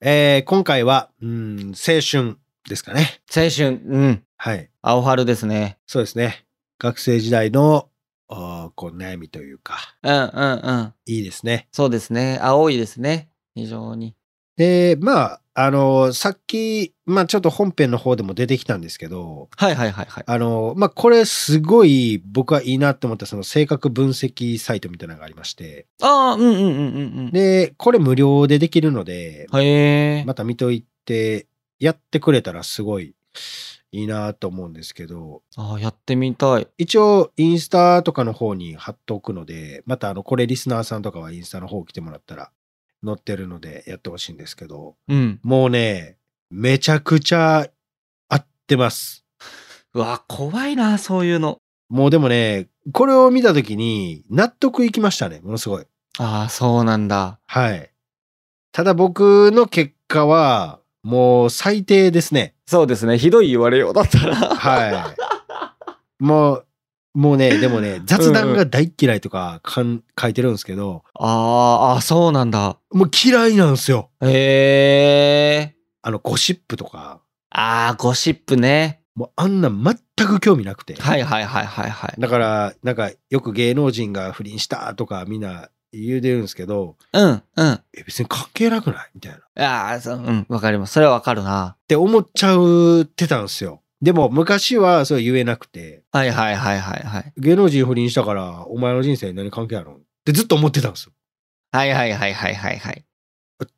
えー今回は、うん、青春ですかね。青春、うん。はい。青春ですね。そうですね。学生時代の、あーこう、悩みというか、うんうんうん。いいですね。そうですね。青いですね。非常に。で、まあ、あの、さっき、まあ、ちょっと本編の方でも出てきたんですけど、はいはいはいはい。あの、まあ、これすごい僕はいいなって思った、その性格分析サイトみたいなのがありまして、ああ、うんうんうんうんうん。で、これ無料でできるので、へえ。また見といて、やってくれたらすごいいいなと思うんですけど、ああ、やってみたい。一応インスタとかの方に貼っておくので、またあの、これリスナーさんとかはインスタの方来てもらったら載ってるのでやってほしいんですけど、うん。もうね、めちゃくちゃ合ってます。うわ、怖いな、そういうの。もうでもね、これを見たときに納得いきましたね、ものすごい。ああ、そうなんだ。はい。ただ僕の結果は、もう最低ですね。そうですね。ひどい言われようだった ら。 はい。もう、もうね、でもね、雑談が大嫌いとかかん書いてるんですけど、あーあ、そうなんだ。もう嫌いなんですよ。へえ。あの、ゴシップとか、ああ、ゴシップね。もうあんなん全く興味なくて。はいはいはいはいはい。だから、なんか、よく芸能人が不倫したとかみんな言うてるんですけど、うんうん。あえ、別に関係なくないみたいな。っあ、そう、うん、わかります。それはわかるな。て思っちゃうてたんですよ。でも、昔はそう言えなくて、はいはいはいはいはい。芸能人不倫したから、お前の人生に何関係あるのってずっと思ってたんですよ。はいはいはいはいはいはい。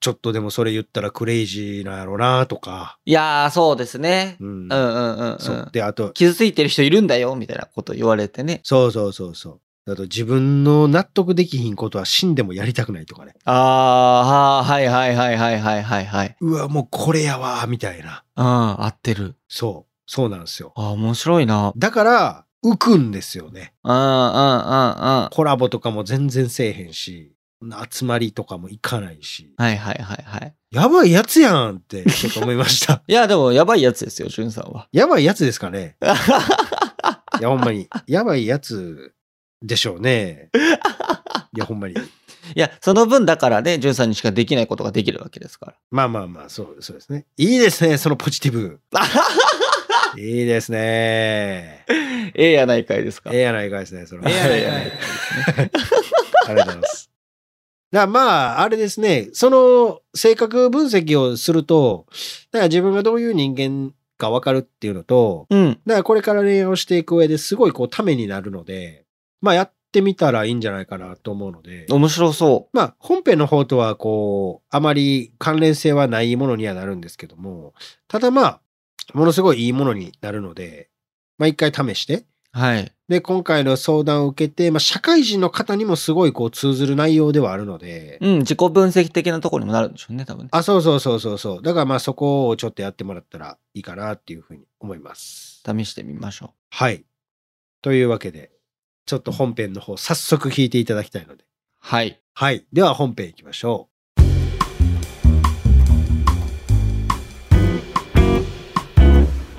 ちょっとでもそれ言ったらクレイジーなんやろなとか、いやー、そうですね。うんうんうんうん、うそう。ん。で、あと、傷ついてる人いるんだよ、みたいなこと言われてね。そうそうそうそう。あと、自分の納得できひんことは死んでもやりたくないとかね。ああ、はいはいはいはいはいはいはい。うわ、もうこれやわ、みたいな。うん、合ってる。そう。そうなんですよ。ああ、面白いな。だから、浮くんですよね。うんうんうんうん。コラボとかも全然せえへんし、集まりとかも行かないし、はいはいはいはい。やばいやつやんって、ちょっと思いま した。いや、でも、やばいやつですよ、しゅんさんは。やばいやつですかね。いや、ほんまに。やばいやつでしょうね。いや、ほんまに。いや、その分だからね、じゅんさんにしかできないことができるわけですから。まあまあまあ、そう、そうですね。いいですね、そのポジティ ブ。いいですね。えええやないかいですか。えやないかいですね、その。ええやないかいええありがとうございます。だからまあ、あれですね、その性格分析をすると、だから自分がどういう人間か分かるっていうのと、うん。だからこれから恋愛をしていく上ですごいこうためになるので、まあやってみたらいいんじゃないかなと思うので、面白そまあ、本編の方とは、こう、あまり関連性はないものにはなるんですけども、ただまあ、ものすごいいいものになるので、まあ一回試して、う。はい。で、今回の相談を受けて、まあ社会人の方にもすごいこう通ずる内容ではあるので、うん、自己分析的なところにもなるんでしょうね、多分ね。あ、そうそうそうそうそう。だからまあそこをちょっとやってもらったらいいかなっていうふうに思います。試してみましょはい。というわけで、ちょっと本編の方早速聞いていただきたいので。う。はい。はい。では本編行きましょ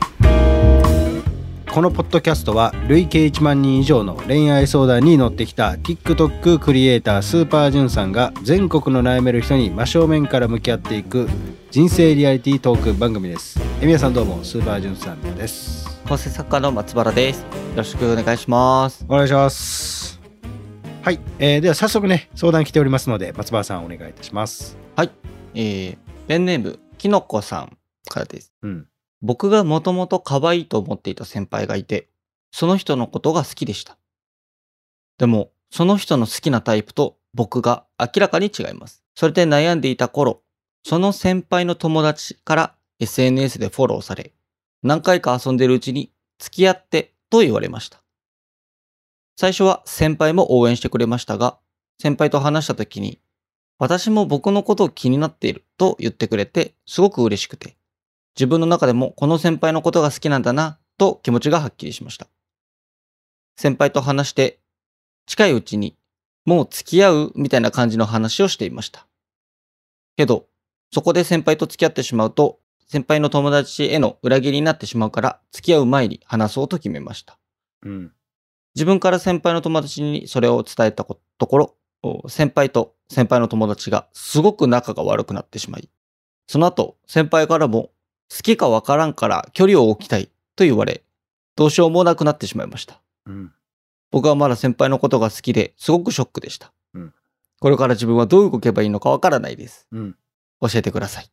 う。このポッドキャストは累計1万人以上の恋愛相談に乗ってきた TikTok クリエイタースーパージュンさんが全国の悩める人に真正面から向き合っていく人生リアリティートーク番組です。えみやさんどうもスーパージュンさんです。構成作家の松原です。よろしくお願いします。お願いします。はい、えーでは早速ね相談来ておりますので松原さんお願いいたします。えー、ペンネーム、きのこさんからです。うん。僕がもともと可愛いと思っていた先輩がいて、その人のことが好きでした。でも、その人の好きなタイプと僕が明らかに違います。それで悩んでいた頃、その先輩の友達から SNS でフォローされ、何回か遊んでるうちに付き合ってと言われました。最初は先輩も応援してくれましたが、先輩と話した時に、私も僕のことを気になっていると言ってくれて、すごく嬉しくて、自分の中でもこの先輩のことが好きなんだなと気持ちがはっきりしました。先輩と話して、近いうちにもう付き合うみたいな感じの話をしていました。けど、そこで先輩と付き合ってしまうと、先輩の友達への裏切りになってしまうから、付き合う前に話そうと決めました。うん。自分から先輩の友達にそれを伝えたこところ、お先輩と先輩の友達がすごく仲が悪くなってしまい、その後、先輩からも、好きかわからんから距離を置きたいと言われ、どうしようもなくなってしまいました。うん。僕はまだ先輩のことが好きですごくショックでした。うんこれから自分はどう動けばいいのかわからないです。うん。教えてください。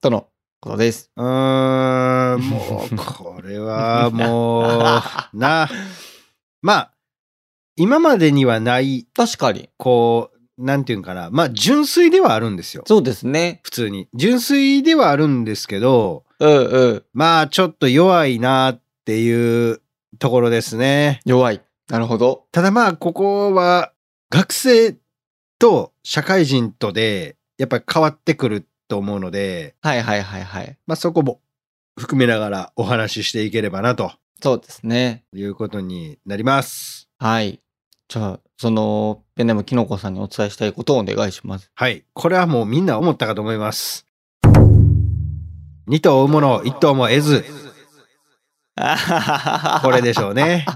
とのことです。うーん、もう、これ はもう、な。まあ、今までにはない、確かに。こう、なんていうんかな。まあ、純粋ではあるんですよ。そうですね。普通に。純粋ではあるんですけど、うんうん。まあ、ちょっと弱いなっていうところですね。弱い。なるほど。ただまあ、ここは、学生と社会人とで、やっぱり変わってくると思うので、はいはいはいはい。まあ、そこも含めながらお話ししていければなとそうですね。いうことになります。はい。じゃあ、その、ペンネームきのこさんにお伝えしたいことをお願いし ます。はい。これはもうみんな思ったかと思います。二頭追うもの、一頭も得ず。ここれでしょう ね。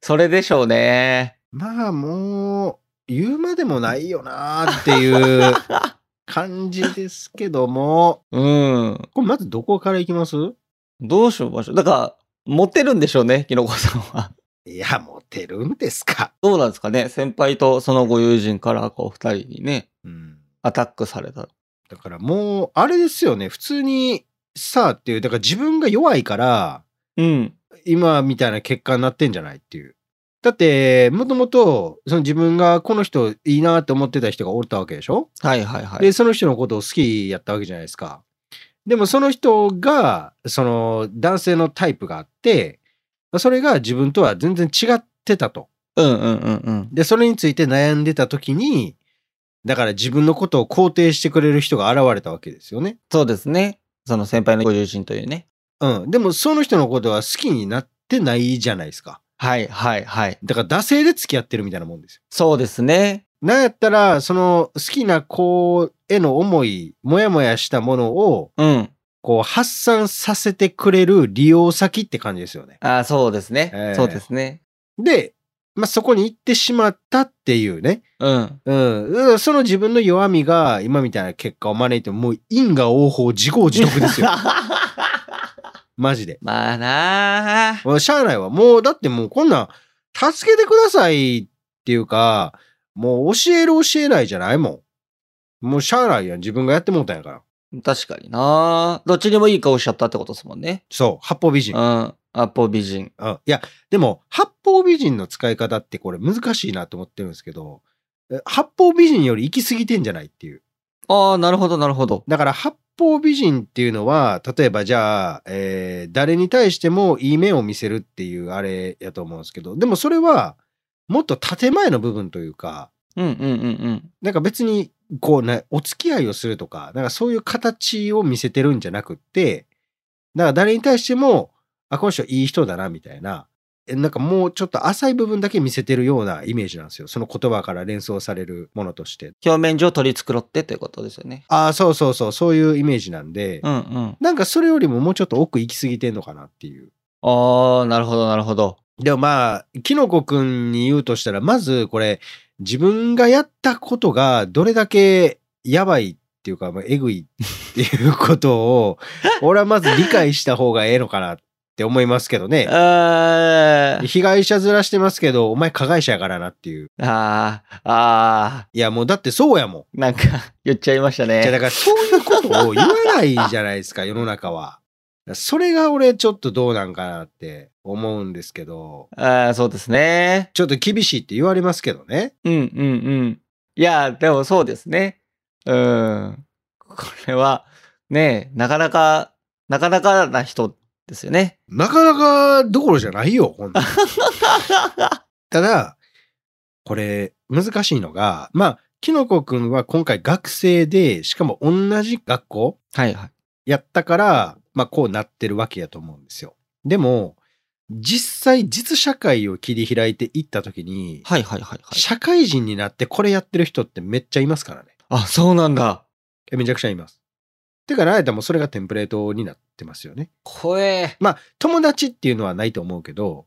それでしょうね。まあもう、言うまでもないよなーっていう感じですけども、うん。これまずどこからいきますどうしましょう。だから、モテるんでしょうね、きのこさんは。いや、モテるんですか。どうなんですかね。先輩とそのご友人から、こう、二人にね、うん。アタックされた。だからもう、あれですよね。普通に、さあっていう、だから自分が弱いから、うん。今みたいな結果になってんじゃないっていう。だって、もともと、その自分がこの人いいなって思ってた人がおったわけでしょ、はいはいはい。で、その人のことを好きやったわけじゃないですか。でもその人が、その男性のタイプがあって、それが自分とは全然違ってたと。うんうんうんうん。で、それについて悩んでた時に、だから自分のことを肯定してくれる人が現れたわけですよね。そうですね。その先輩のご友人というね。うん。でもその人のことは好きになってないじゃないですか。はいはいはい。だから惰性で付き合ってるみたいなもんですよそうですね。なんやったら、その好きな子への思い、もやもやしたものを、うん。こう、発散させてくれる利用先って感じですよね。あーそうですね、ええそうですね。で、まあ、そこに行ってしまったっていうね。うん。うん。だからその自分の弱みが、今みたいな結果を招いても、もう因果応報、自業自得 ですよ。マジで。まあなあ。もうしゃあないわ。もう、だってもうこんなん、助けてくださいっていうか、もう教える教えないじゃないもん。もうしゃあないやん。自分がやってもうたんやから。確かになどっちにもいい顔しちゃったってことですもんね。そう。八方美人うん。。アポ美人。うん、いや、でも、八方美人の使い方ってこれ難しいなと思ってるんですけど、え八方美人より行き過ぎてんじゃないっていう。ああ、なるほど、なるほど。だから八方美人っていうのは、例えばじゃあ、えー誰に対してもいい面を見せるっていうあれやと思うんですけど、でもそれは、もっと建前の部分というか、うんうんうんうん。なんか別に、こうね、お付き合いをするとか、なんかそういう形を見せてるんじゃなくって、だから誰に対しても、あ、この人いい人だな、みたいな、えなんかもうちょっと浅い部分だけ見せてるようなイメージなんですよ。その言葉から連想されるものとして。表面上取り繕ってということですよね。ああ、そうそうそう、そういうイメージなんで、うんうん。なんかそれよりももうちょっと奥行き過ぎてんのかなっていう。ああ、なるほど、なるほど。でもまあ、きのこくんに言うとしたら、まずこれ、自分がやったことがどれだけやばいっていうか、まあえぐいっていうことを、俺はまず理解した方がええのかなって思いますけどね。あー被害者ずらしてますけど、お前加害者やからなっていう。あー、あいやもうだってそうやもん。ー、なんか言っちゃいましたじゃあだね。からそういうことを言わないじゃないですか、世の中は。それが俺ちょっとどうなんかなって思うんですけど、ああ、そうですね。ちょっと厳しいって言われますけどね。うんうんうん。いや、でもそうですね。うん。これは、ねなかなか、なかなかな人ですよね。なかなかどころじゃないよ、 ほんとただ、これ、難しいのが、まあ、きのこくんは今回学生で、しかも同じ学校はいはい。やったから、まあ、こうなってるわけやと思うんですよ。でも、実際、実社会を切り開いていったときに、はいはいはいはい。社会人になってこれやってる人ってめっちゃいますからね。あ、そうなんだ。えめちゃくちゃいます。てか、あえてもうそれがテンプレートになってますよね。怖え。まあ、友達っていうのはないと思うけど、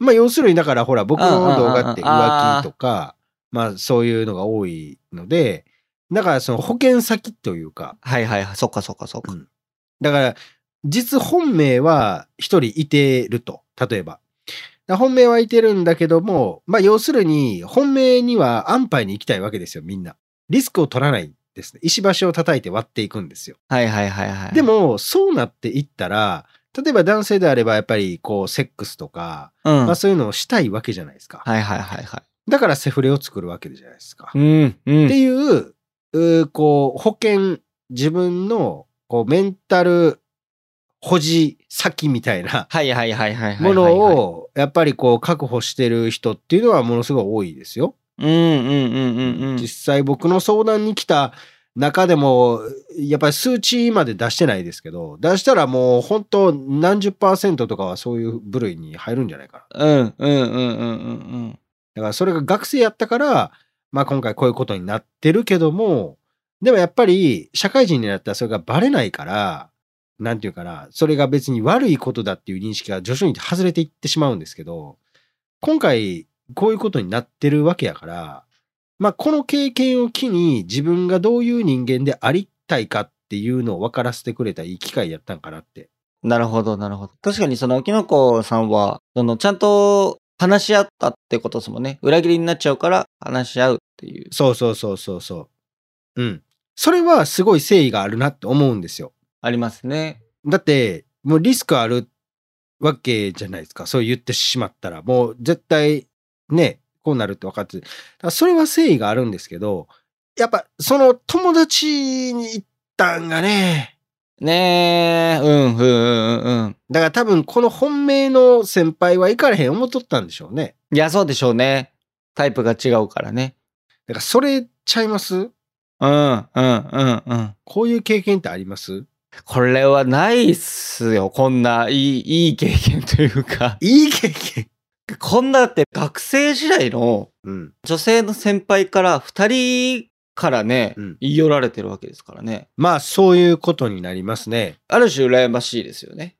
まあ、要するに、だから、ほら、僕の動画ってうんうんうんうん浮気とか、まあ、そういうのが多いので、だからその保険先というか、はいはいはい。そっかそっかそっか。うんだから、実本命は一人いてると。例えば。だから本命はいてるんだけども、まあ要するに、本命には安牌に行きたいわけですよ、みんな。リスクを取らないんですね。石橋を叩いて割っていくんですよ。はいはいはいはい。で、も、そうなっていったら、例えば男性であればやっぱりこう、セックスとか、うん。まはあいそういうのをしたいわけじゃないですか。はいはいはだからセフレを作るわけじゃないですか。い。うん。うってん。いう、うーこう、保険、自分の、こう、メンタル保持先みたいなはいはいはいはいはい。もの、を、やっぱりこう、確保してる人っていうのはものすごい多いですよ。うんうんうんうんうん。実際僕の相談に来た中でも、やっぱり数値まで出してないですけど、出したらもう本当何十パーセントとかはそういう部類に入るんじゃないかな。うんうんうんうんうんうん。だからそれが学生やったから、まあ今回こういうことになってるけども、でもやっぱり社会人になったらそれがバレないから、なんていうかな、それが別に悪いことだっていう認識が徐々に外れていってしまうんですけど、今回こういうことになってるわけやから、まあこの経験を機に自分がどういう人間でありたいかっていうのを分からせてくれたいい機会やったんかなって。なるほどなるほど。確かにその、きのこさんは、その、ちゃんと話し合ったってことですもんね。裏切りになっちゃうから話し合うっていう。そうそうそうそうそう。うん。それはすごい誠意があるなって思うんですよ。ありますね。だって、もうリスクあるわけじゃないですか。そう言ってしまったら、もう絶対ね、こうなるって分かっててだからそれは誠意があるんですけど、やっぱその友達に行ったんがね、ねえ、うん、うん、うん、うんうん。だから多分この本命の先輩は行かれへん思っとったんでしょうね。いや、そうでしょうね。タイプが違うからね。だからそれちゃいますうん、うん、うん、うん。こういう経験ってありますこれはないっすよ。こんな、いい、いい経験というか。 いい経験。こんなだって学生時代のうん。女性の先輩から二人からね、うん言い寄られてるわけですからね。まあそういうことになりますね。ある種羨ましいですよね。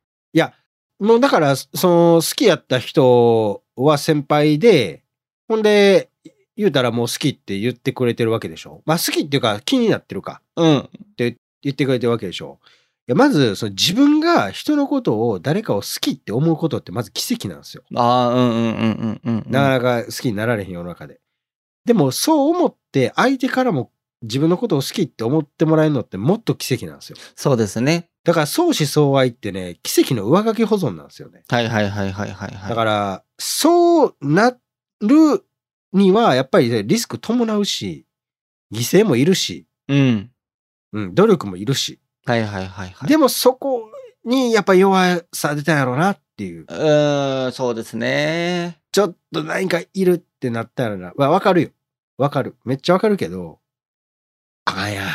もうだから、その好きやった人は先輩で、ほんで、言うたらもう好きって言ってくれてるわけでしょ。まあ好きっていうか気になってるかうん。言ってくれてるわけでしょ。いやまず、その自分が人のことを誰かを好きって思うことってまず奇跡なんですよ。ああ、うんうんうんうんうんうん。なかなか好きになられへん世の中で。でもそう思って相手からも自分のことを好きって思ってもらえるのってもっと奇跡なんですよ。そうですね。だから相思相愛ってね、奇跡の上書き保存なんですよね。はいはいはいはいはい、はい。だから、そうなるには、やっぱりねリスク伴うし、犠牲もいるし、うん。うん、努力もいるし、はいはいはいはい。でもそこにやっぱ弱さ出たんやろうなっていう、うーん、そうですね。ちょっと何かいるってなったらな、わわかるよ。わかる。めっちゃわかるけど、あかん や。や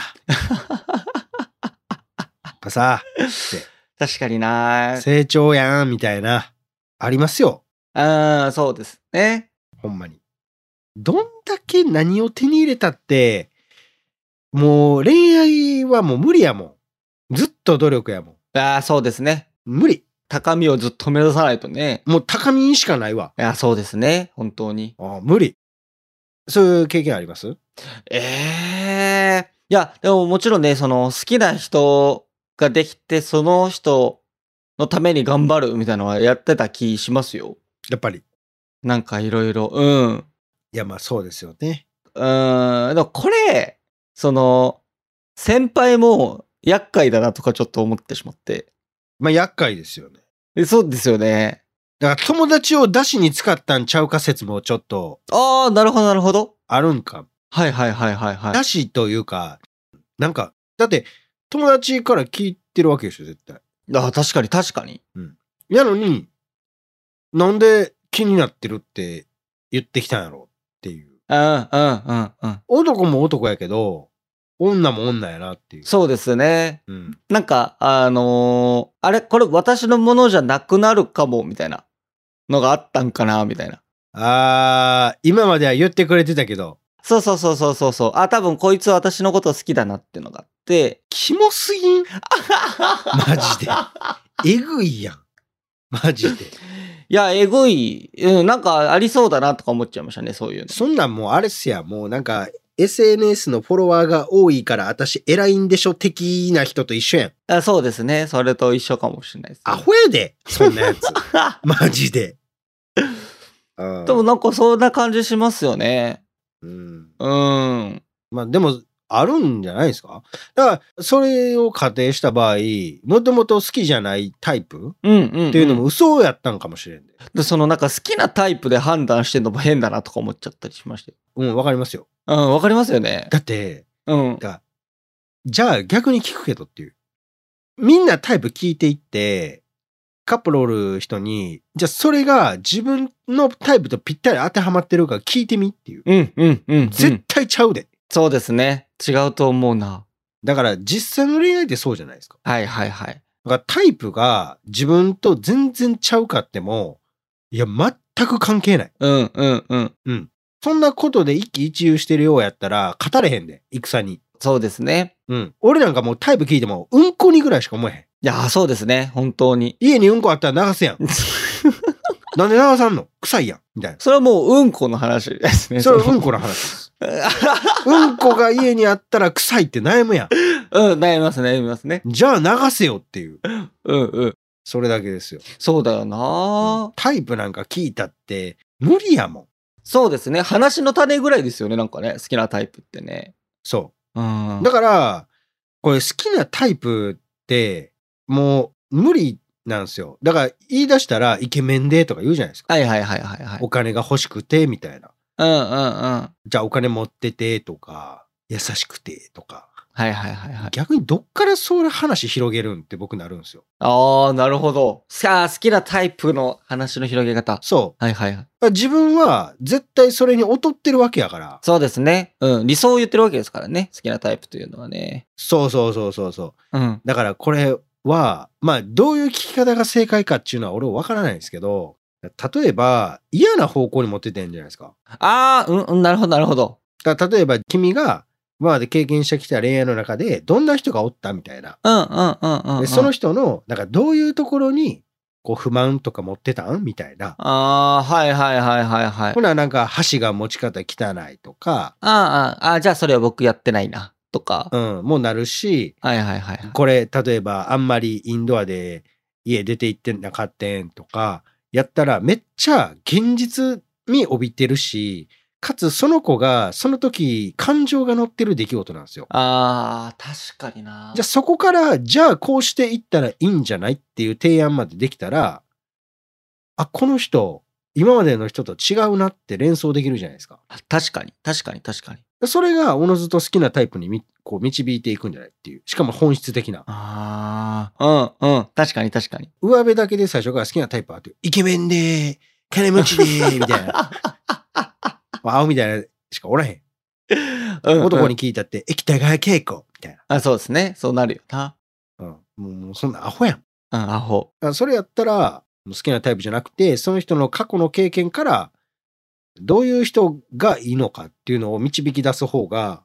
っぱさ、確かにな成長やん、みたいな、ありますよ。あーそうですね。ほんまに。どんだけ何を手に入れたって、もう恋愛はもう無理やもん。ずっと努力やもん。ああ、そうですね。無理。高みをずっと目指さないとね。もう高みしかないわ。いや、そうですね。本当に。ああ無理。そういう経験ありますええいや、でももちろんね、その好きな人ができて、その人のために頑張るみたいなのはやってた気しますよ。やっぱり。なんかいろいろ。うん。いや、まあそうですよね。うーん。でもこれ、その、先輩も厄介だなとかちょっと思ってしまって。まあ厄介ですよね。えそうですよね。だから友達を出しに使ったんちゃうか説もちょっとああ、なるほど、なるほど。あるんか。はいはいはいはいはい。出しというか、なんか、だって友達から聞いてるわけでしょ、絶対。あ確かに確かに。やのに、なんで気になってるって言ってきたんやろっていう。うんうんうんうん。男も男やけど、女も女やなっていう。そうですね。うん。なんか、あのーあれこれ私のものじゃなくなるかも、みたいなのがあったんかな、みたいな。あー、今までは言ってくれてたけど、そうそうそうそうそうそう。あ、多分こいつは私のこと好きだなっていうのがあって。キモすぎんマジで。えぐいやん。マジで。いや、えぐい。うん、なんかありそうだなとか思っちゃいましたね、そういうの。そんなんもうあれっすや、もうなんか、 SNS のフォロワーが多いから私偉いんでしょ的な人と一緒やん。あそうですね。それと一緒かもしれないです、アホやでそんな やつ。あマジで。あー でもなんかそんな感じしますよね。うん、うん。まあでも、あるんじゃないですかだから、それを仮定した場合、もともと好きじゃないタイプうんうん。っていうのも嘘やったんかもしれんで。で、そのなんか好きなタイプで判断してんのも変だなとか思っちゃったりしまして。うん、わかりますよ。うん、わかりますよね。だって、うん。じゃあ逆に聞くけどっていう。みんなタイプ聞いていって、カップルおる人に、じゃあそれが自分のタイプとぴったり当てはまってるか聞いてみっていう。うんうんうん、うん。絶対ちゃうで。そうですね。違うと思うな。だから実際の恋愛ってそうじゃないですか。はいはいはい。だからタイプが自分と全然ちゃうかっても、いや、全く関係ない。うんうんうん。そんなことで一喜一憂してるようやったら、語れへんで、戦に。そうですね。うん。俺なんかもうタイプ聞いても、うんこにぐらいしか思えへん。いや、そうですね。本当に。家にうんこあったら流 すやん。なんで流さんの臭いやん。みたいそれはもううんこの話ですね。な。それはうんこの話です。うんこが家にあったら臭いって悩むやん。うん、悩みますね、悩みますね。じゃあ流せよっていう。うんうん。それだけですよ。そうだよな、タイプなんか聞いたって、無理やもん。そうですね。話の種ぐらいですよね、なんかね。好きなタイプってね。そう。うん。だから、これ好きなタイプって、もう無理なんですよ。だから言い出したらイケメンでとか言うじゃないですか。はいはいはいはいはいお。金が欲しくてみたいな。うんうんうん。じゃあお金持っててとか、優しくてとか。はいはいはいはい。逆にどっからそういう話広げるんって僕なるんですよ。ああ、なるほど。さあ、好きなタイプの話の広げ方。そはいはいはい。う。自分は絶対それに劣ってるわけやから。そうですね。うん。理想を言ってるわけですからね。好きなタイプというのはね。そうそうそうそうそう。うん。だからこれは、まあどういう聞き方が正解かっていうのは俺わからないんですけど、例えば嫌な方向に持ってってんじゃないですか。ああ、うん、うん、なるほどなるほど。だから例えば君が今まで経験してきた恋愛の中でどんな人がおったみたいな。うんうんうんうん、うん。でその人のなんかどういうところにこう不満とか持ってたんみたいな。ああ、はいはいはいはいはい。ほななんか箸が持ち方汚いとか、ああ、ああ、じゃあそれは僕やってないな。とか。うん、もうなるし、はいはいはいはい。これ例えばあんまりインドアで家出て行ってなかったんとかやったらめっちゃ現実に帯びてるし、かつその子がその時感情が乗ってる出来事なんですよ。ああ、確かにな。じゃあそこから、じゃあこうしていったらいいんじゃないっていう提案までできたら、あ、この人、今までの人と違うなって連想できるじゃないですか。確かに、確かに、確かに。それがおのずと好きなタイプにみこう導いていくんじゃないっていう。しかも本質的な。ああ、うん、うん。確かに、確かに。上辺だけで最初から好きなタイプはっていう。イケメンでー、金持ちでー、みたいな。青みたいなしかおらへうんん。うん男に聞いたって、液体が稽古みたいあ、そうですね。そうなるよな。な。うん。もうそんなアホやん。うん、アホ。あそれやったら、好きなタイプじゃなくて、その人の過去の経験から、どういう人がいいのかっていうのを導き出す方が、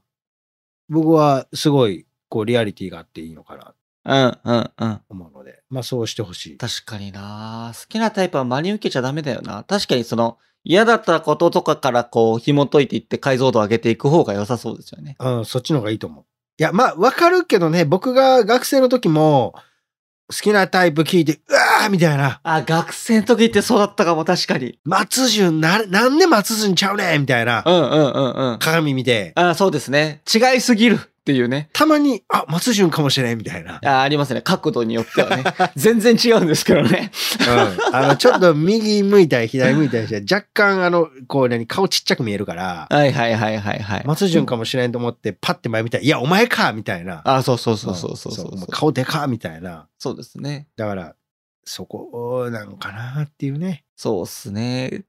僕はすごい、こう、リアリティがあっていいのかなとうん、うん、うん。思うので、まあそうしてほしい。確かにな。好きなタイプは真に受けちゃダメだよな。確かにその、嫌だったこととかからこう、紐解いていって解像度を上げていく方が良さそうですよね。うん、そっちの方がいいと思う。いや、まあわかるけどね、僕が学生の時も、好きなタイプ聞いて、うわーみたいな、あ、学生の時ってそうだったかも、確かに。松潤な、なんで松潤ちゃうねんみたいなう、ん、うん、うん、うん。鏡見て、あそうですね。違いすぎるっていうね。たまに、あ、松潤かもしれんみたいな。あありますね。角度によって はね。全然違うんですけどね。うんあの、ちょっと右向いたり左向いたりして、若干あの、こう何、顔ちっちゃく見えるから、はいはいはいはいはい。松潤かもしれんと思って、パッて前見たら、いや、お前かみたいな。ああそうそうそうそうそうそんうおそ前う。顔でかみたいな。そうですね。だから、そこなのかなっていうね。そうっすね。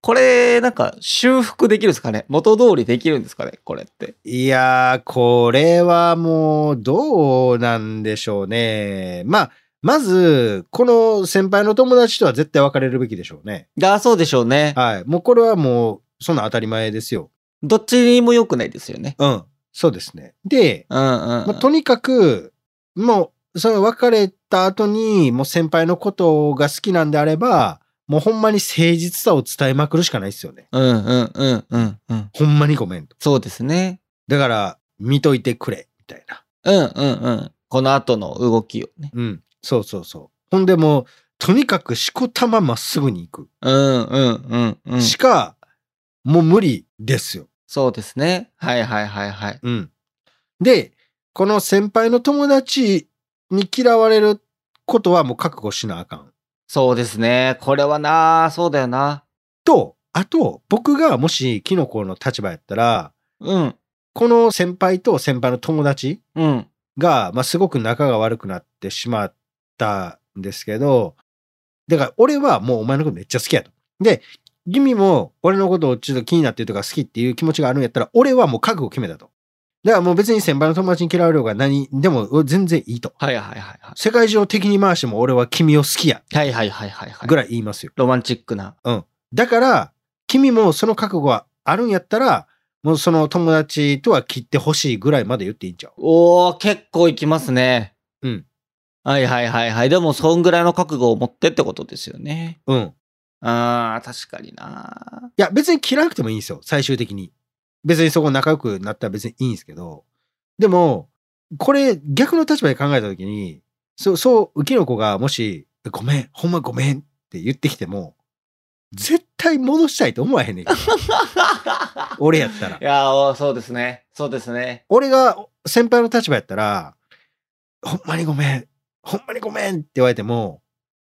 これ、なんか、修復できるんですかね元通りできるんですかねこれって。いやー、これはもう、どうなんでしょうね。まあ、まず、この先輩の友達とは絶対別れるべきでしょうね。ああそうでしょうね。はい。もうこれはもう、そんな当たり前ですよ。どっちにも良くないですよね。うん。そうですね。で、うんうん、うまあん。とにかく、もう、その別れた後に、もう先輩のことが好きなんであれば、もうほんまに誠実さを伝えまくるしかないですよね。うんうんうんうんうん。ほんまにごめんと。そうですね。だから、見といてくれ、みたいな。うんうんうん。この後の動きをね。うん。そうそうそう。ほんでもう、とにかくしこたままっすぐに行うんうんうんうく。ん。しか、もう無理ですよ。そうですね。はいはいはいはい。うん。で、この先輩の友達に嫌われることはもう覚悟しなあかん。そうですね。これはな、そうだよな。と、あと、僕がもしキノコの立場やったら、うんこの先輩と先輩の友達うんが、まあ、すごく仲が悪くなってしまったんですけど、だから俺はもうお前のことめっちゃ好きやと。で、君も俺のことをちょっと気になってるとか好きっていう気持ちがあるんやったら、俺はもう覚悟決めたと。だからもう別に先輩の友達に嫌われようが何でも全然いいと。はいはいはいは世界中を敵に回しても俺は君を好きや。い。はいはいはいはいはい。ぐらい言いますよ。ロマンチックな。だから、君もその覚悟があるんやったら、もうその友達とは切ってほしいぐらいまで言っていいんちゃうおー、結構いきますね。うん。はいはいはいはい。でも、そんぐらいの覚悟を持ってってことですよね。うん。いあー、確かに な。や、別に嫌わなくてもいいんですよ、最終的に。別にそこ仲良くなったら別にいいんですけど。でも、これ逆の立場で考えたときに、そう、そう、キノコがもし、ごめん、ほんまごめんって言ってきても、絶対戻したいと思わへん ねんけど俺やったらい。やー、おーそうですね。そうですね。俺が先輩の立場やったら、ほんまにごめん、ほんまにごめんって言われても、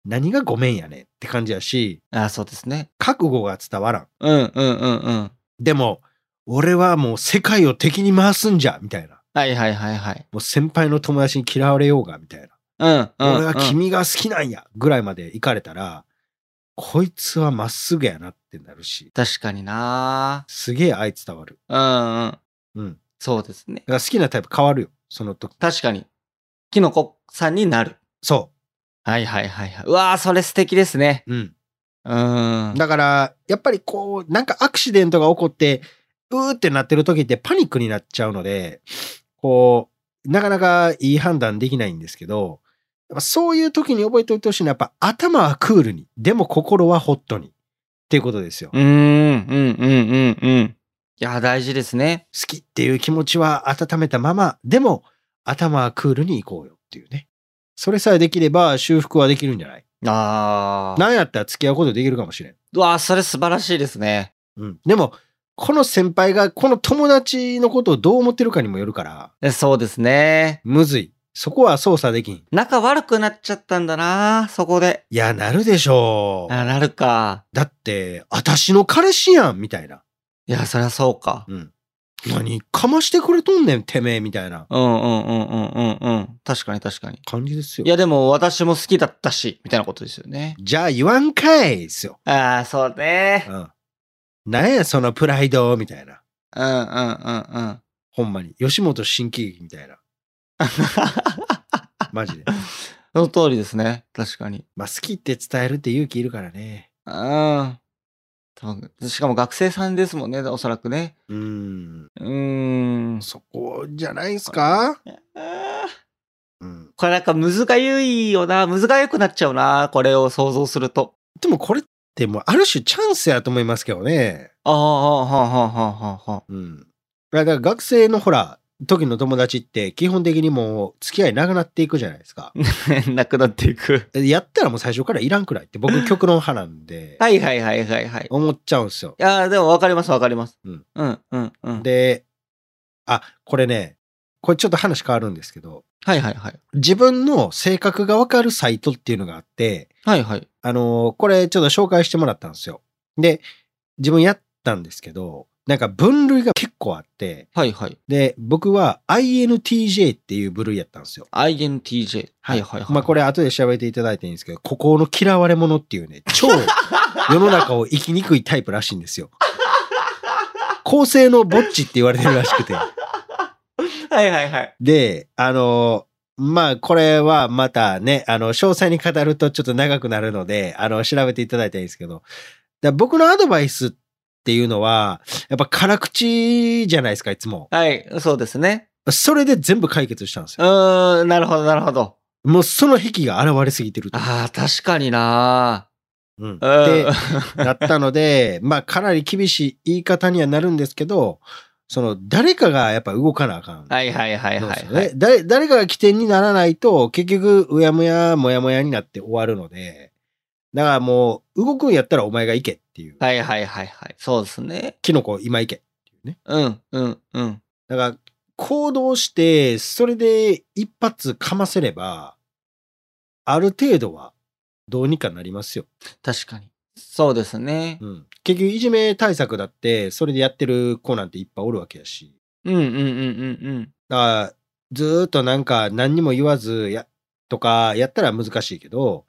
何がごめんやねんって感じやし、あー、そうですね。覚悟が伝わらん。うんうんうんうん。でも、俺はもう世界を敵に回すんじゃ、みたいな。はいはいはいはい。もう先輩の友達に嫌われようが、みたいな。うんうん、うん。俺は君が好きなんや、ぐらいまで行かれたら、こいつはまっすぐやなってなるし、確かにな。すげえ愛伝わる。うんうん。うん。そうですねだ。から好きなタイプ変わるよ、その時。確かに。キノコさんになる。そはいはいはいはい。うわー、それ素敵ですね。う。うん。うーん。だから、やっぱりこう、なんかアクシデントが起こって、うーってなってる時ってパニックになっちゃうので、こう、なかなかいい判断できないんですけど、やっぱそういう時に覚えておいてほしいのは、やっぱ頭はクールに、でも心はホットに、っていうことですよ。うーん、うん、うん、うん、うん。いや、大事ですね。好きっていう気持ちは温めたまま、でも頭はクールに行こうよっていうね。それさえできれば修復はできるんじゃないあー。なんやったら付き合うことできるかもしれん。うわー、それ素晴らしいですね。うん。でも、この先輩がこの友達のことをどう思ってるかにもよるから、えそうですね。むずい。そこは操作できん。い仲悪くなっちゃったんだな、そこで。や、なるでしょう。あ、なるか。だって、私の彼氏やんみたいな。いや、そりゃそうか。うん。何かましてくれとんねん、てめえみたいなうん、うん、うん、うん、うん、うん。確かに確かに。感じですいよ。や、でも私も好きだったし、みたいなことですよね。じゃあ言わんかいですよ。あー、そうねう。ん。なんや、そのプライドみたいな。うん、うん、うん、うん。ほんまに。吉本新喜劇みたい な。マジで。その通りですね。確かに。まあ、好きって伝えるって勇気いるからね。うん。多分しかも学生さんですもんね、おそらくね。うーん。うーん。そこじゃないですかあーうん。これなんか難がゆいよな。難がゆくなっちゃうな。これを想像すると。でもこれってもうある種チャンスやと思いますけどね。ああ、はあ、はあ、はあ、はあ、はうん。だから学生のほら、時の友達って基本的にもう付き合いなくなっていくじゃないですか。 あ。なくなっていく。やったらもう最初からいらんくらいって僕極論派なんで、はいはいはいはいはい。い思っちゃうんですよ。やーでもわかりますわかります。うん。うん、うん、うん。で、あ、これね、これちょっと話変わるんですけど、はいはいはい。自分の性格がわかるサイトっていうのがあって、はいはい。あのーこれちょっと紹介してもらったんですよ。で、自分やったんですけど、なんか分類が結構あって、はいはい。で、僕は INTJ っていう部類やったんですよ。 INTJ。はいはいはい。まあこれ後で調べていただいていいんですけど、ここの嫌われ者っていうね、超世の中を生きにくいタイプらしいんです よ。構成のぼっちって言われてるらしくて。はいはいはい。で、あの、まあ、これはまたね、あの、詳細に語るとちょっと長くなるので、あの、調べていただいたらいいんですけど、だ僕のアドバイスっていうのは、やっぱ辛口じゃないですか、いつも。はい、そうですね。それで全部解決したんですうよ。ーん、なるほどなるほど。もうその癖が現れすぎてると。ああ、確かになうん、うんでだったので、まあかなり厳しい言い方にはなるんですけど、その誰かがやっぱ動かなあかん。はいはいはいそうはですいよはねい。誰誰かが起点にならないと、結局、うやむや、もやもやになって終わるので、だからもう、動くんやったらお前が行けっていう。はいはいはいはい。そうですね。キノコ、今行け。うんうんうん。だから、行動して、それで一発かませれば、ある程度はどうにかなりますよ。確かに。そうですねう。ん。結局、いじめ対策だって、それでやってる子なんていっぱいおるわけやし。うんうんうんうんだから、ずーっとなんか何にも言わずや、とかやったら難しいけど、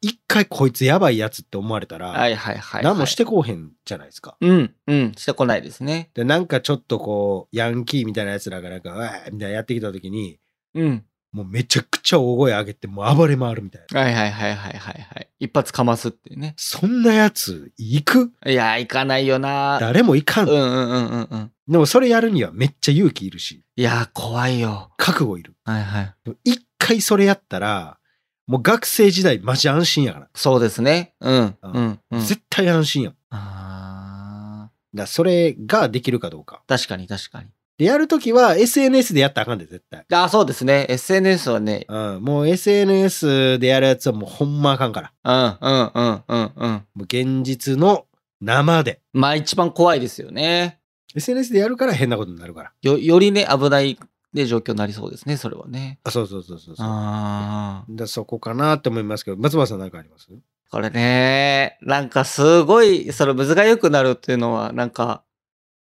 一回こいつやばいやつって思われたら、うん。はいはいはい。何もしてこうへんじゃないですか。うんうん。してこないですね。で、なんかちょっとこう、ヤンキーみたいなやつらがなんか、うわーみたいなやってきた時に、うん。もうめちゃくちゃ大声上げて、もう暴れ回るみたいな。はいはいはいはいはいはい。一発かますっていうね。そんなやつ、行くいやー、行かないよなー。誰も行かうんん。うんうんうんうん。でもそれやるにはめっちゃ勇気いるし、いやー、怖いよ。覚悟いる。はいはい。でも一回それやったら、もう学生時代マジ安心やから。そうですね。うんううんんうん。絶対安心やん。だかあらそれができるかどうか。ー確かに確かに。で、やるときは SNS でやったらあかんで、絶対。あー、そうですね。SNS はね、うん、もう SNS でやるやつはもうほんまあかんから。うんうんうんうんうん。もう現実の生で。まあ一番怖いですよね。 SNS でやるから変なことになるから。よ、よりね、危ない、ね、状況になりそうですね、それはね。あ、そうそうそうそうそう。ああ。だそこかなって思いますけど、松原さん何かありますこれね、なんかすごい、その水が良くなるっていうのは、なんか、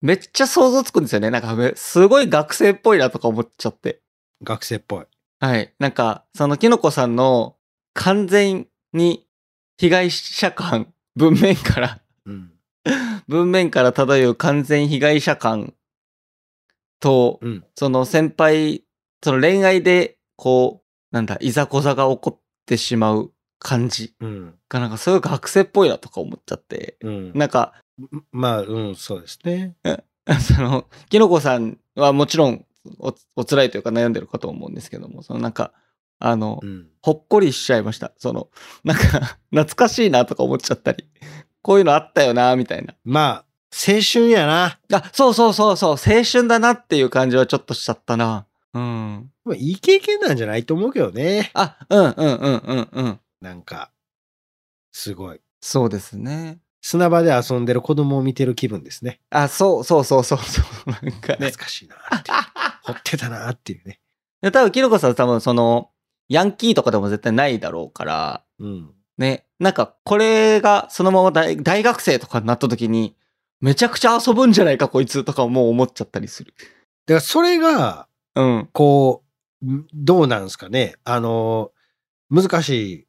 めっちゃ想像つくんですよね。なんかめ、すごい学生っぽいなとか思っちゃって。学生っぽい。はい。なんか、そのきのこさんの完全に被害者感、文面から、 うん。文面から漂う完全被害者感と、うん。その先輩、その恋愛で、こう、なんだ、いざこざが起こってしまう感じうん。が、なんかすごい学生っぽいなとか思っちゃって、うん。なんか、 まあ、うん、そうですね。その、きのこさんはもちろんお、お辛いというか悩んでるかと思うんですけども、そのなんか、あのう、ん。ほっこりしちゃいました。その、なんか、 懐かしいなとか思っちゃったり、こういうのあったよな、みたいな。まあ、青春やな。あ、そうそうそうそう、青春だなっていう感じはちょっとしちゃったな。うん。まあ、いい経験なんじゃないと思うけどね。あ、うんうんうんうんうん。なんか、すごい。そうですね。砂場で遊んでる子供を見てる気分ですね。あ、そうそうそうそうそう。なんかね懐。かしいなって いう。掘ってたなっていうね。で多分、きのこさん多分その、ヤンキーとかでも絶対ないだろうから、うん。ね、なんかこれがそのまま大大学生とかになった時に、めちゃくちゃ遊ぶんじゃないかこいつとかもう思っちゃったりする。だから、それが、うん。こう、んどうなんですかね。あの、難し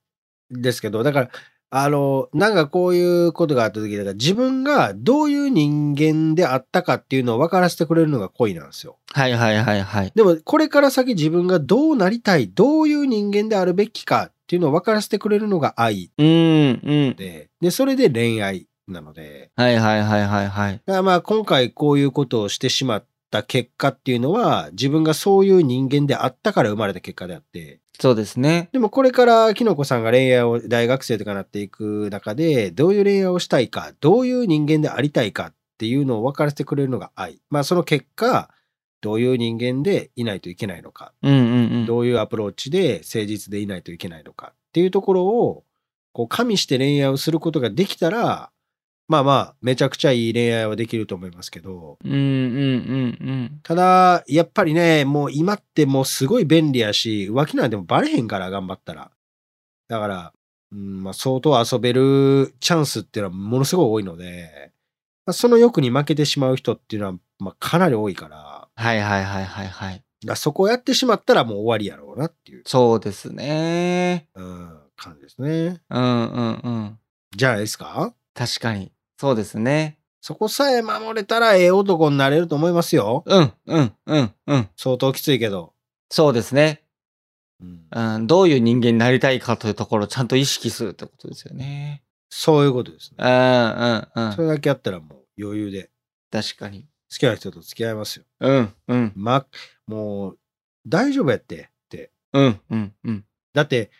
いですけど、だから、あの、なんかこういうことがあった時、だから自分がどういう人間であったかっていうのを分からせてくれるのが恋なんですよ。はいはいはいはい。でも、これから先自分がどうなりたい、どういう人間であるべきかっていうのを分からせてくれるのが愛うーん、うん。で、で、それで恋愛なので、はいはいはいはいはい。だからまあ今回こういうことをしてしまった結果っていうのは、自分がそういう人間であったから生まれた結果であって、そうですね。でもこれからきのこさんが恋愛を大学生とかなっていく中で、どういう恋愛をしたいか、どういう人間でありたいかっていうのを分からせてくれるのが愛。まあその結果、どういう人間でいないといけないのか、うんうんうん。どういうアプローチで誠実でいないといけないのかっていうところを、こう加味して恋愛をすることができたら、まあまあ、めちゃくちゃいい恋愛はできると思いますけど、うんうんうんうん。ただ、やっぱりね、もう今ってもうすごい便利やし、浮気なんてもうバレへんから、頑張ったら。だから、うん、まあ相当遊べるチャンスっていうのはものすごい多いので、まあ、その欲に負けてしまう人っていうのは、まあかなり多いから、だかはいはいはいはいはい。らそこをやってしまったらもう終わりやろうなっていう、そうですね。うん、感じですね。うんうんうん。じゃないですか確かに。そうですね。そこさえ守れたらええ男になれると思いますよ。うんうんうんうん。相当きついけど。そうですね。うんうん、どういう人間になりたいかというところをちゃんと意識するってことですよね。そういうことですうね。んうんうそん。れだけあったらもう余裕で確かに。好きな人と付き合いますよ。うんうんま、もう、大丈夫やってって。うんうんうん。だって、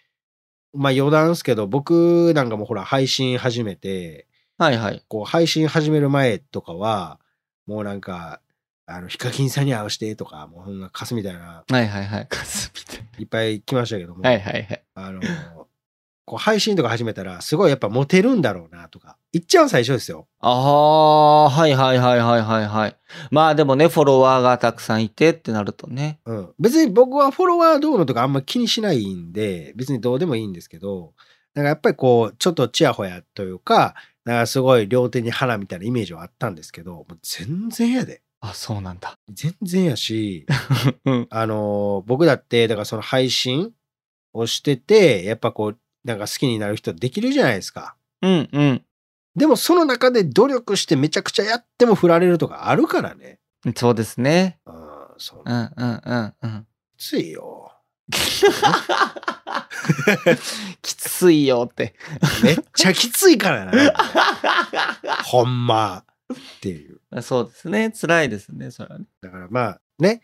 まあ余談ですけど、僕なんかもほら配信始めて、はいはい。こう配信始める前とかは、もうなんか、あの、ヒカキンさんに会わしてとか、もうほんなカスみたいな、はいはいはい。カスみたいいっぱい来ましたけども、な。はいはいはい。あの、こう配信とか始めたら、すごいやっぱモテるんだろうなとか、いっちゃん最初ですよ。ああー、はいはいはいはいはいはい。まあでもね、フォロワーがたくさんいてってなるとね。うん。別に僕はフォロワーどうのとかあんま気にしないんで、別にどうでもいいんですけど、なんかやっぱりこう、ちょっとちやほやというか、なんかすごい両手に花みたいなイメージはあったんですけど、もう全然やで。あ、そうなんだ。全然やし、うん。あのー僕だって、だからその配信をしてて、やっぱこう、なんか好きになる人できるじゃないですか。うんうん。でもその中で努力してめちゃくちゃやっても振られるとかあるからね。そうですね。うん、そうう。んうんうんうん。きついよ。きついよって。めっちゃきついからな。 ほんま。っていう。そうですね。辛いですね、それはね。だからまあね、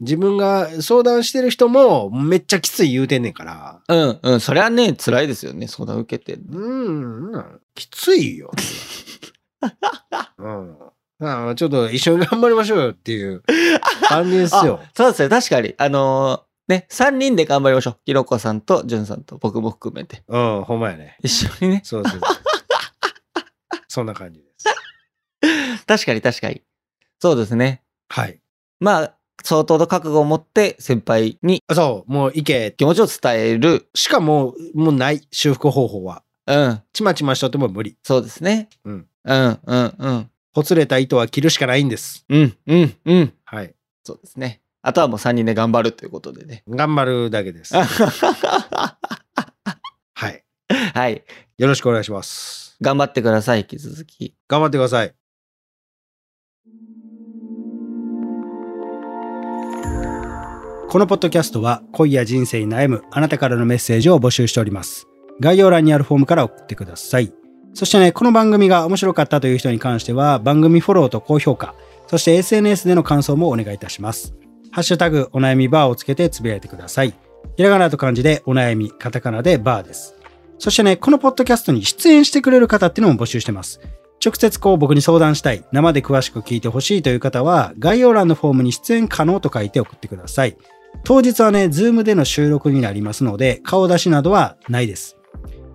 自分が相談してる人もめっちゃきつい言うてんねんから。うんうん。それはね、辛いですよね。相談受けて。うん、うんきついよ。 うん。ああちょっと一緒に頑張りましょうよっていう感じですよ。そうですね。確かに。あのーね、3人で頑張りましょう。ひろこさんと、じゅんさんと、僕も含めて。うん、ほんまやね。一緒にね。そうそうそう。 そんな感じです。確かに確かに。そうですね。はい。まあ、相当の覚悟を持って、先輩にあそう、もう行け。気持ちを伝える。しかも、もうない、修復方法は。うん。ちまちましとっても無理。そうですね。うん。うんうんうん。ほつれた糸は切るしかないんです。うんうんうん。はい。そうですね。あとはもう3人で頑張るということでね。頑張るだけです。ははい。い。よろしくお願いします。頑張ってください、引き続き。頑張ってください。このポッドキャストは恋や人生に悩むあなたからのメッセージを募集しております。概要欄にあるフォームから送ってください。そしてね、この番組が面白かったという人に関しては番組フォローと高評価、そして SNS での感想もお願いいたします。ハッシュタグお悩みバーをつけてつぶやいてください。ひらがなと漢字でお悩み、カタカナでバーです。そしてね、このポッドキャストに出演してくれる方っていうのも募集してます。直接こう僕に相談したい、生で詳しく聞いてほしいという方は、概要欄のフォームに出演可能と書いて送ってください。当日はね、ズームでの収録になりますので、顔出しなどはないです。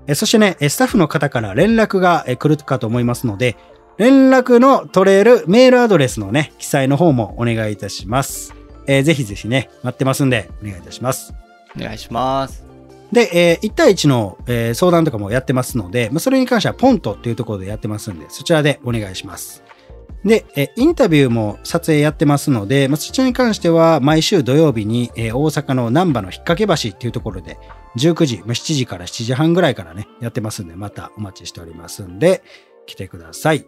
えそしてね、えスタッフの方から連絡がえ来るかと思いますので、連絡の取れるメールアドレスのね、記載の方もお願いいたします。えーぜひぜひね、待ってますんで、お願いいたします。お願いします。で、えー1対1の、えー相談とかもやってますので、まあ、それに関してはポントっていうところでやってますんで、そちらでお願いします。で、えーインタビューも撮影やってますので、まあ、そちらに関しては毎週土曜日に、えー大阪の難波の引っ掛け橋っていうところで、19時、まあ7時から7時半ぐらいからね、やってますんで、またお待ちしておりますんで、来てください。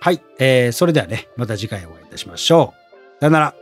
はい、えーそれではね、また次回お会いいたしましょう。さよなら。